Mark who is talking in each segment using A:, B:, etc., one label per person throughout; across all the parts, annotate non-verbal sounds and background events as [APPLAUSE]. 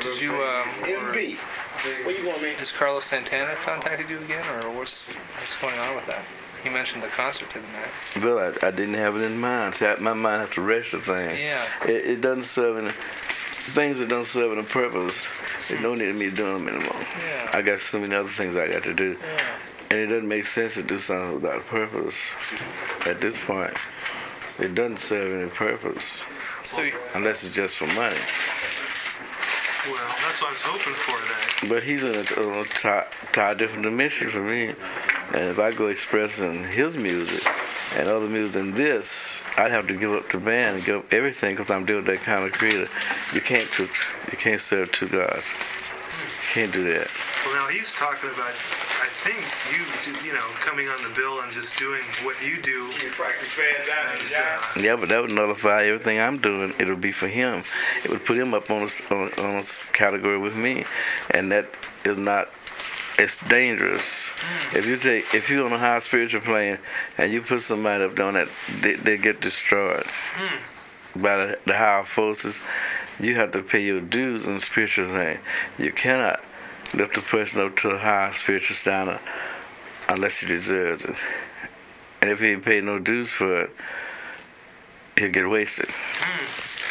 A: did you, um,
B: MB, where you going, man?
A: has Carlos Santana contacted you again, or what's what's going on with that? He mentioned the concert to the night.
C: Well, I, I didn't have it in mind. See, I, my mind have to rest the thing.
A: Yeah.
C: It, it doesn't serve any things that don't serve any purpose. There's no need of me doing them anymore.
A: Hmm. Yeah.
C: I got so many other things I got to do, and it doesn't make sense to do something without purpose. At this point, it doesn't serve any purpose
A: So you-
C: unless it's just for money.
D: Well, that's what I was hoping for today.
C: But he's in a, a ti- ti- different dimension for me. And if I go expressing his music and other music than this, I'd have to give up the band and give up everything because I'm dealing with that kind of creator. You can't tr- you can't serve two gods. You can't do that.
D: Well, now he's talking about, I think you, do- you know, coming on the bill and just doing what you do.
E: You practice fans out of
D: As,
E: the job.
D: uh,
C: Yeah, but that would nullify everything I'm doing. It'll be for him. It would put him up on a, s- on, a- on a s- category with me, and that is not. It's dangerous. If you take, if you're on a high spiritual plane, and you put somebody up on that, they, they get destroyed by the, the higher forces. You have to pay your dues in spiritual thing. You cannot lift a person up to a high spiritual standard unless he deserves it. And if he ain't paid no dues for it, he'll get wasted.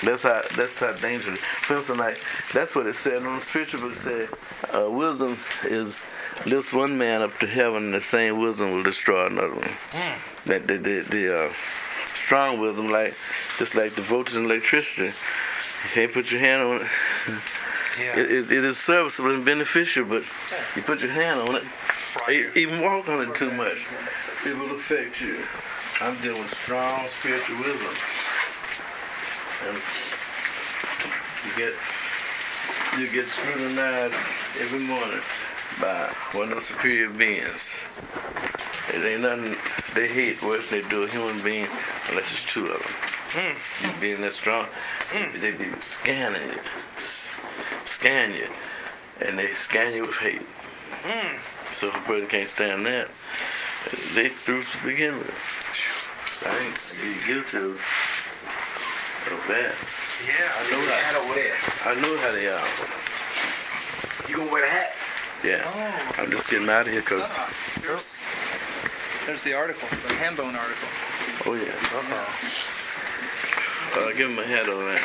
C: That's how that's how dangerous. For instance, like that's what it said on the spiritual book. Said uh, wisdom is lifts one man up to heaven, and the same wisdom will destroy another one. That the the, the uh, strong wisdom, like just like the voltage in electricity, you can't put your hand on it.
D: yeah.
C: It, it, it is serviceable and beneficial, but you put your hand on it,
D: Fry
C: e-
D: you.
C: even walk on it too much, it will affect you. I'm dealing with strong spiritual wisdom. And you get you get scrutinized every morning by one of the superior beings. It ain't nothing they hate worse than they do a human being unless it's two of them. You being that strong, they be scanning you, s- scan you, and they scan you with hate. So if a person can't stand that, they threw to begin with. So I ain't be guilty of, of that.
D: Yeah.
C: I know
B: Your
C: that.
B: hat over there.
C: I know how they are.
B: You gonna wear the hat?
C: Yeah. I'm just getting out of here because,
A: Ah, there's, there's the article, the Hambone article.
C: oh yeah. Uh, give him a hat on that.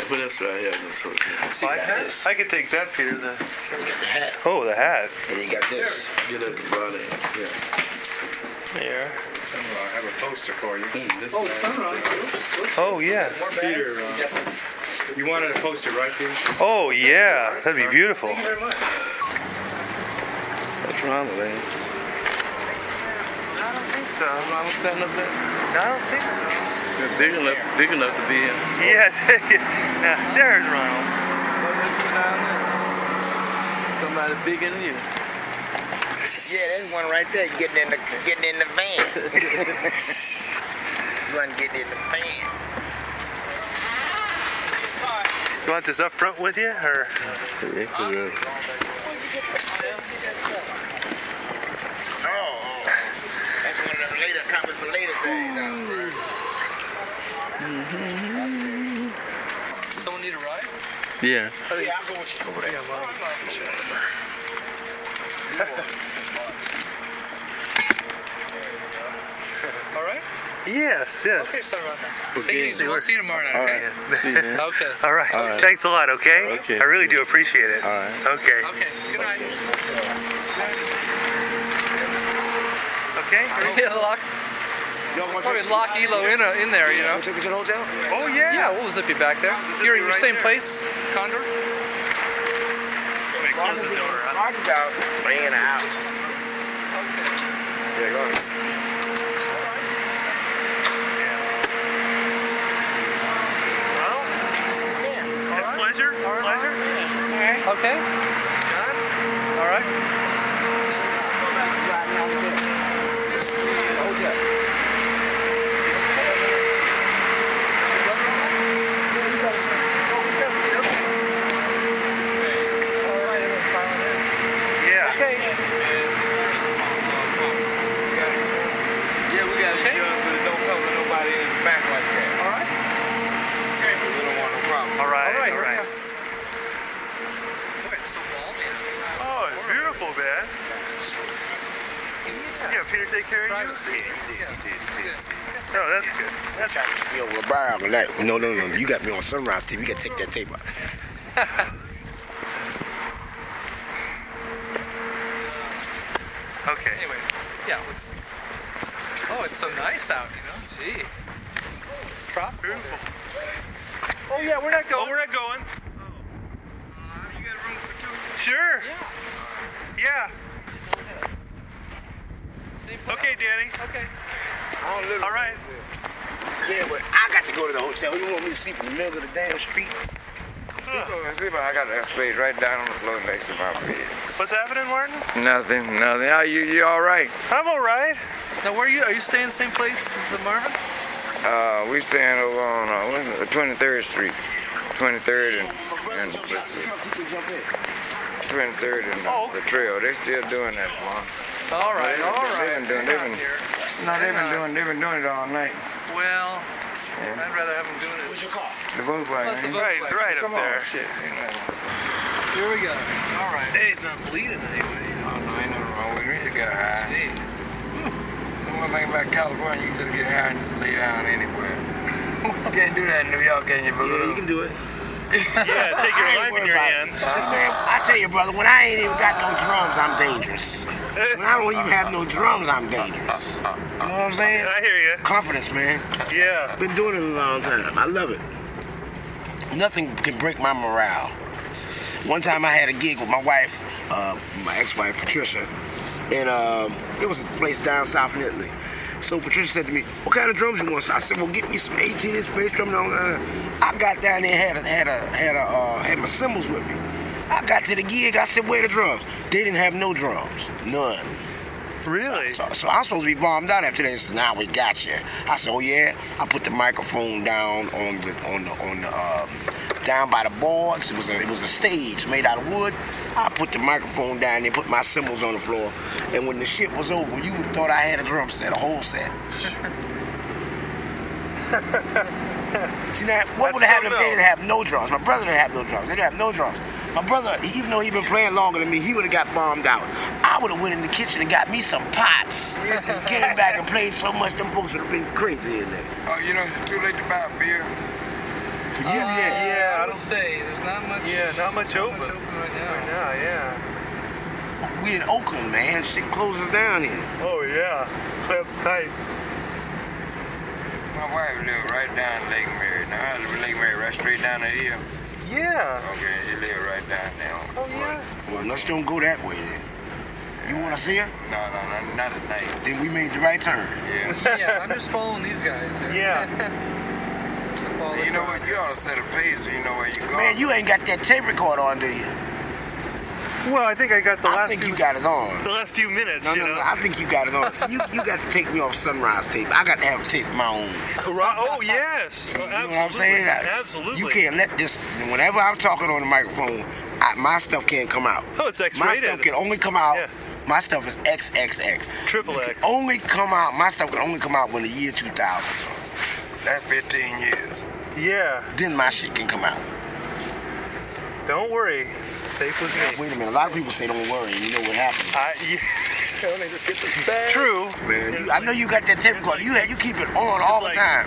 C: And what else do I have in this hotel?
A: See,
D: I,
A: that?
D: could- I could take that, Peter. The,
B: You got the hat,
D: oh, the hat.
B: and you got this.
C: Get at the body. Yeah.
D: Yeah.
E: I have a poster for you.
C: Mm, this
E: Oh,
C: guy-
D: Oh, yeah.
E: Peter, uh, you wanted a poster, right, Peter?
D: Oh, yeah. That'd be beautiful.
C: What's wrong with that?
D: I don't think so.
C: What's wrong with standing up there?
D: I don't think so.
C: They're big enough, big enough to be in.
D: Yeah. [LAUGHS] now, there's Ronald.
C: Well, that's down there. Somebody bigger than you.
F: Yeah, there's one right there getting in the getting in the [LAUGHS] van. one getting in the van.
D: You want this up front with you, or?
C: Yeah, put it up.
F: Oh, oh, that's one of them later coming for later things. uh,
A: Someone need a ride?
C: Yeah.
B: Yeah, I'll go with you. Over there.
A: All right.
D: Yes. Yes.
A: Okay, sorry about that. Take it
C: Okay.
A: easy. We'll see you tomorrow night.
C: All
A: Okay.
C: right. See you, man.
A: [LAUGHS] Okay.
D: All right.
C: All right.
D: Thanks a lot, okay?
C: Okay.
D: I really do appreciate it.
C: All right.
D: Okay.
A: Okay. Good [LAUGHS] night.
D: Okay?
A: Really locked,
B: Y'all want to
A: probably
B: take,
A: lock Elo in a, in there, you know.
B: wanna take me to the hotel?
D: Oh,
A: Yeah,
D: yeah.
A: we'll zip you back there.
D: Zip
A: You're
D: you
A: your
D: right
A: same
D: there.
A: place, Condor.
D: Wait, close the door. huh?
F: Mark's out. Bringing out.
B: Yeah, go ahead.
D: Well, it's pleasure. Pleasure.
A: Okay. All right.
B: Driving out there. The hotel.
D: Yeah.
A: Okay.
E: Yeah, we got
A: Okay.
E: insurance, but it don't cover nobody in the back like that.
A: All right.
E: We don't want no problem.
D: All right.
A: All right.
D: All right.
B: I
D: Oh, take care of you?
B: Yeah, he did, he did, he did.
D: No, Oh, that's good.
B: That's how Yo, well, Brian, on that. No, no, no. You got me on sunrise TV. You got to take that tape out.
D: Okay.
A: Anyway, yeah. what's- Oh, it's so nice out, you know? Gee. Tropical.
D: Beautiful.
A: Oh, yeah, we're not
D: Oh,
A: going.
D: we're not going. Sure.
A: Yeah.
D: Yeah.
A: See, but-
D: Okay, Danny.
A: Okay.
D: All right.
B: Yeah, but I got to go to the hotel. You want me to sleep in the middle of the damn street?
G: I got that spade right down on the floor next to my bed.
D: What's happening, Martin?
G: Nothing, nothing. How you? You all right?
D: I'm all right.
A: Now, where are you? Are you staying same place as the Marvin?
G: Uh, we staying over on uh, what is it, 23rd Street, 23rd and,
B: My brother
G: and
B: jumps out the truck. He can jump in.
G: 23rd and
A: Oh,
G: uh,
A: okay.
G: Betrayal. They still doing that, Mom.
A: All right,
G: They've-
A: all
G: they've
A: right.
G: been
A: Hang
G: doing- they've
A: on
G: been-
A: here.
E: No, they've
A: Hang
E: been
A: on.
E: doing, they've been doing it all night.
A: Well, I'd rather have them doing
B: Where's
A: it.
B: your car?
E: The Volkswagen.
A: Plus the
E: ain't it?
D: Right, right up
E: Come on,
D: there.
E: shit. you know.
A: Here we go. All right.
D: Hey, he's not bleeding anyway.
G: Oh, no, ain't nothing wrong with me. You got high.
A: Gee.
G: The one thing about California, you can just get high and just lay down anywhere. you can't do that in New York, can you, boo?
B: Yeah, you can do it.
D: Yeah, take your life in your hand.
B: Man, I tell you, brother, when I ain't even got no drums, I'm dangerous. When I don't even have no drums, I'm dangerous. You know what I'm saying?
D: I hear you.
B: Confidence, man.
D: Yeah.
B: Been doing it a long time. I love it. Nothing can break my morale. One time I had a gig with my wife, uh, my ex-wife Patricia, and um, it was a place down south in Italy. So Patricia said to me, "What kind of drums you want?" So I said, "Well, get me some 18-inch bass drums." Blah, blah, blah. I got down there, had a, had a, had a, uh, had my cymbals with me. I got to the gig. I said, "Where the drums?" They didn't have no drums, none.
D: Really?
B: So, so I'm supposed to be bombed out after this. Now we got you. I said, oh yeah. I put the microphone down on the on the on the um, down by the boards. It was a it was a stage made out of wood. I put the microphone down there, put my cymbals on the floor, and when the shit was over, you would have thought I had a drum set, a whole set. See now, what would have happened
D: That's so
B: if they
D: dope.
B: didn't have no drums? My brother didn't have no drums. They didn't have no drums. My brother, he- even though he been playing longer than me, he would have got bombed out. I would have went in the kitchen and got me some pots. and
G: [LAUGHS]
B: came back and played so much, them folks would have been crazy in there.
G: Oh, you know, it's too late to buy a beer.
B: For
A: Uh,
B: you, yeah.
D: Yeah, I
A: I would
D: don't-
A: say there's not much.
D: Yeah, not much
A: not much
D: open.
A: open right
D: Right
A: now.
D: now, yeah.
B: We in Oakland, man. Shit closes down here.
D: Oh, yeah. Clamps tight.
G: My wife live right down Lake Mary. Now I live in Lake Mary, right straight down at here.
D: Yeah.
G: Okay, she live right down there. on the
D: Oh, yeah.
B: Well, let's don't go that way then. You want to see her?
G: front. No, no, no, not at night.
B: Then we made the right turn.
G: Yeah.
A: yeah, [LAUGHS] I'm just following these guys. Here.
D: Yeah.
A: Just to follow
G: you
A: the
G: know
A: crowd.
G: what? You ought to set a pace so you know where you're going.
B: Man, you ain't got that tape recorder on, do you?
D: Well, I think I got the
B: I
D: last
B: think
D: few
B: you got it on.
D: the last few minutes,
B: No,
D: you
B: no,
D: know.
B: no. I think you got it on. See, you, you got to take me off Sunrise tape. I got to have a tape of my own.
D: Right- Oh, yes.
B: You
D: Oh,
B: know what I'm saying? I-
D: Absolutely.
B: You can't let this. Whenever I'm talking on the microphone, I, my stuff can't come out.
D: [LAUGHS] Oh, it's
B: My
D: X-rated.
B: stuff can only come out.
D: Yeah.
B: My stuff is XXX.
D: Triple
B: It can
D: X.
B: Only come out. My stuff can only come out when the year 2000.
G: That's 15 years.
D: Yeah.
B: Then my shit can come out.
D: Don't worry. Safe with me.
B: Wait a minute. A lot of people say don't worry. You know what happened.
D: I, [LAUGHS] yeah. True.
B: Man,
D: It's
B: you, I know
D: like-
B: you got that tape recorder. You you keep it on all the
D: like
B: time.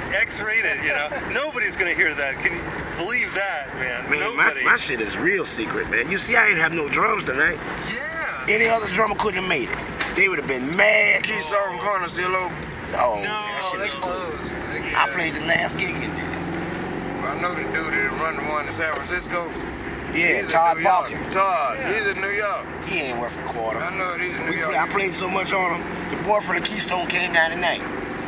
B: [LAUGHS]
D: X-rated, you know. Nobody's gonna hear that. Can you believe that, man?
B: Man, my,
D: Nobody.
B: my shit is real secret, man. You see, I ain't have no drums tonight.
D: yeah.
B: Any other drummer couldn't have made it. They would have been mad.
G: Keystone Corner still open.
B: Oh, man,
D: No,
B: that shit
A: They're
B: is cool.
A: closed. They-
B: I played the last gig in there.
G: I know the dude that run the one in San Francisco.
B: Yeah,
G: He's in
B: Todd
G: New York.
B: Balkin.
G: Todd, he's in New York.
B: He ain't worth a quarter.
G: I know it, he's in New
B: We
G: York.
B: play, I played so much on him. The boy from the Keystone came down tonight.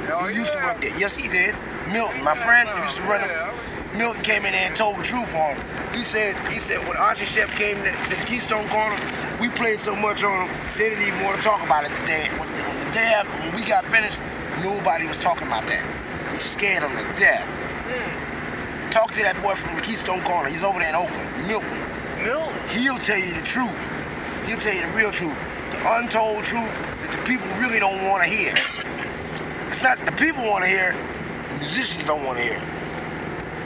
G: Oh,
B: he used to
G: yeah.
B: work there. Yes, he did. Milton, my friend, who used to run
G: Yeah,
B: him. Milton came in there and told the truth on him. He said, he said when Archie Shep came to, to the Keystone Corner, we played so much on him, they didn't even want to talk about it the day. when- The day after, when we got finished, nobody was talking about that. We scared him to death.
G: Hmm.
B: Talk to that boy from the Keystone Corner. He's over there in Oakland, Milton.
D: Milton.
B: He'll tell you the truth. He'll tell you the real truth, the untold truth that the people really don't want to hear. It's not the people want to hear, the musicians don't want to hear. it.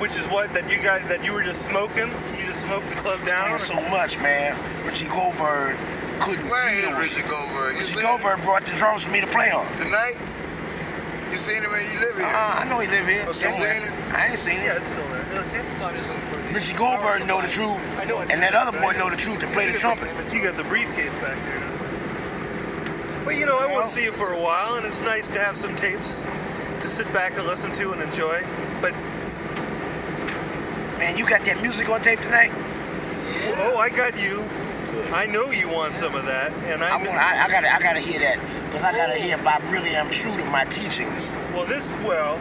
D: Which is what that you guys that you were just smoking. You just smoked the club down.
B: Playing so much, man. Richie Goldberg, couldn't
G: Where is
B: deal with.
G: Richard Goldberg? You
B: Richie
G: seen
B: Goldberg brought the drums for me to play on.
G: him tonight? You seen him and you live here?
D: Uh-uh.
B: Uh, I know he live here.
G: seen
B: Somewhere.
G: it?
B: I ain't seen it.
D: it's still there.
B: Richie Goldberg know the truth, and that other boy know the truth to play the trumpet.
D: But you got the briefcase back there. Well, you know, I won't see you for a while, and it's nice to have some tapes to sit back and listen to and enjoy. But
B: Man, you got that music on tape tonight?
D: oh, I got you.
B: Good.
D: I know you want some of that, and
B: I
D: I.
B: want.
D: know-
B: I, I gotta. I gotta hear that because I gotta hear if I really am true to my teachings.
D: Well, this well,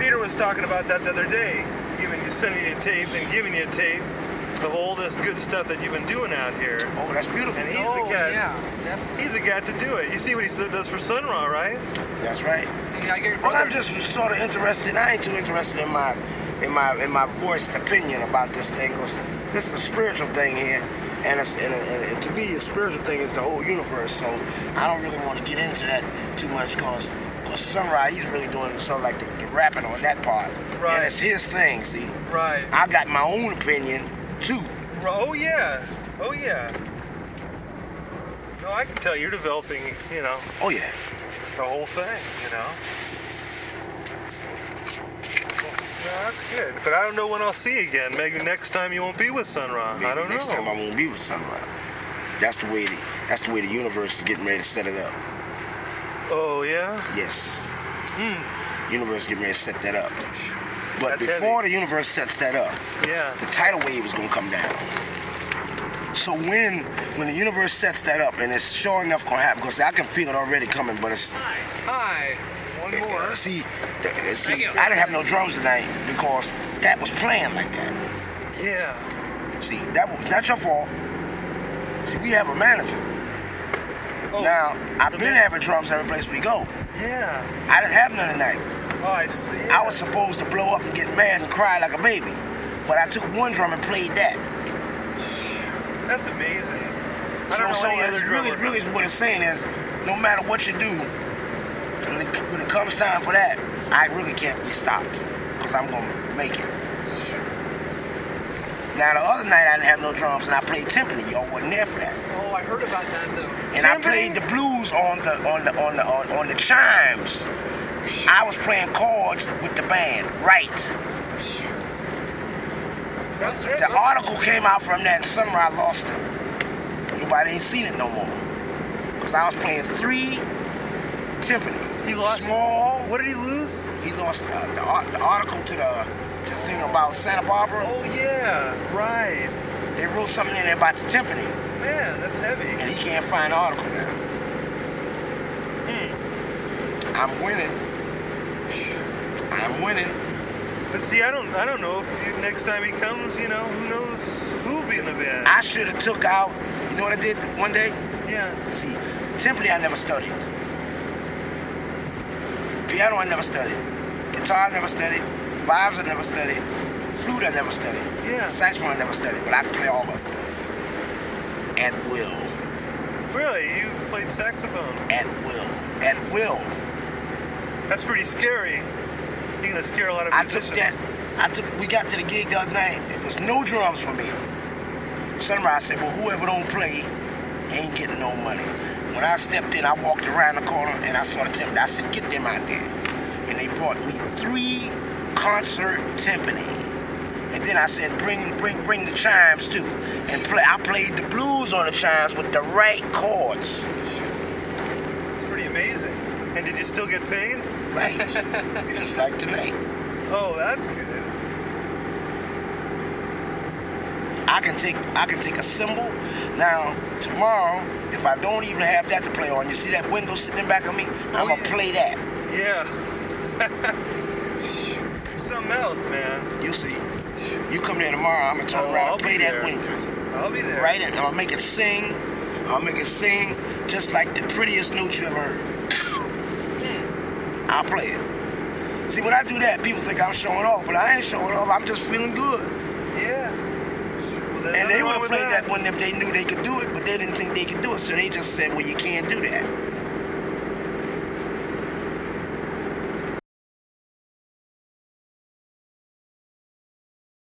D: Peter was talking about that the other day, giving you sending you a tape and giving you a tape of all this good stuff that you've been doing out here.
B: Oh, that's beautiful.
D: And he's
B: oh,
D: the cat.
H: Yeah, definitely.
D: He's the guy to do it. You see what he does for Sun Ra, right?
B: that's right.
H: And I get your
B: Well,
H: brother.
B: I'm just sort of interested. I ain't too interested in my in my in my voiced opinion about this thing because this is a spiritual thing here, and it's and, and, and to me a spiritual thing is the whole universe. So I don't really want to get into that too much because. Sunrise, he's really doing so like the, the rapping on that part,
D: Right.
B: and it's his thing. See,
D: Right.
B: I got my own opinion too.
D: Oh yeah. Oh yeah. No, I can tell you're developing, you know,
B: Oh yeah,
D: the whole thing, you know. No, that's good. But I don't know when I'll see you again. Maybe next time you won't be with Sun Ra.
B: Maybe
D: I don't
B: next
D: know.
B: time I won't be with Sunrise. That's the way. The, that's the way the universe is getting ready to set it up.
D: Oh yeah.
B: Yes. Universe getting ready to set that up. But
D: Hmm. That's
B: before the universe sets that up,
D: Yeah.
B: the tidal wave is gonna come down. So when when the universe sets that up, and it's sure enough gonna happen, because I can feel it already coming. But it's
H: Hi. One
B: uh,
H: more.
B: uh, see, uh, see,
H: you.
B: I didn't have no drums tonight because that was planned like that.
D: Yeah.
B: See, that was not your fault. See, we have a manager.
D: Oh,
B: now I've
D: the
B: been
D: man-
B: having drums every place we go.
D: Yeah.
B: I didn't have none tonight.
D: Oh, I see.
B: I was supposed to blow up and get mad and cry like a baby. But I took one drum and played that.
D: That's amazing. I
B: So,
D: don't
B: so
D: know any
B: it's
D: other
B: really,
D: drummer.
B: really what it's saying is, no matter what you do, when it, when it comes time for that, I really can't be stopped because I'm gonna make it. Now the other night I didn't have no drums and I played timpani. Y'all wasn't there for that.
H: Oh, I heard about that though.
B: And I played the blues on the on the on the on, on the chimes. I was playing chords with the band, right?
D: That's it.
B: The article came out from that and somehow I lost it. Nobody ain't seen it no more. Cause I was playing three timpani.
D: He lost-
B: small.
D: What did he lose?
B: He lost uh, the, ar- the article to the, the thing about Santa Barbara.
D: Oh yeah. Right.
B: They wrote something in there about the timpani,
D: Man, that's heavy.
B: and he can't find the article now.
D: Hmm.
B: I'm winning. I'm winning.
D: But see, I don't, I don't know if you, next time he comes, you know, who knows who'll be in the band.
B: I should have took out. You know what I did one day?
D: yeah.
B: See, timpani I never studied. Piano I never studied. Guitar I never studied. Vibes I never studied. Flute I never studied.
D: Yeah.
B: Saxophone I never studied, but I could play all of them. At will.
D: Really, you played saxophone.
B: At will. At will.
D: That's pretty scary. You're gonna scare a lot of
B: I took
D: musicians.
B: that. I took. We got to the gig the other night. There was no drums for me. Sunrise said, "Well, whoever don't play ain't getting no money." When I stepped in, I walked around the corner and I saw the timpani. I said, "Get them out there," and they brought me three concert timpani. And then I said, "Bring, bring, bring the chimes too." And play. I played the blues on the chimes with the right chords.
D: It's pretty amazing. And did you still get paid?
B: Right, just like tonight.
D: Oh, that's good.
B: I can take I can take a symbol. Now tomorrow, if I don't even have that to play on, you see that window sitting back of me?
D: Oh,
B: I'm gonna play that.
D: Yeah. [LAUGHS] Something else, man.
B: You see. You come there tomorrow, I'm gonna turn
D: Oh,
B: around
D: I'll
B: and play
D: be
B: that
D: there.
B: window.
D: I'll be there.
B: Right? And I'll make it sing. I'll make it sing just like the prettiest note you ever heard. I'll play it. See when I do that, people think I'm showing off, but I ain't showing off, I'm just feeling good.
D: Yeah. Well,
B: And
D: there's
B: they would
D: nothing wrong
B: have
D: with
B: played that one if they knew they could do it, but they didn't think they could do it, so they just said, well, you can't do that.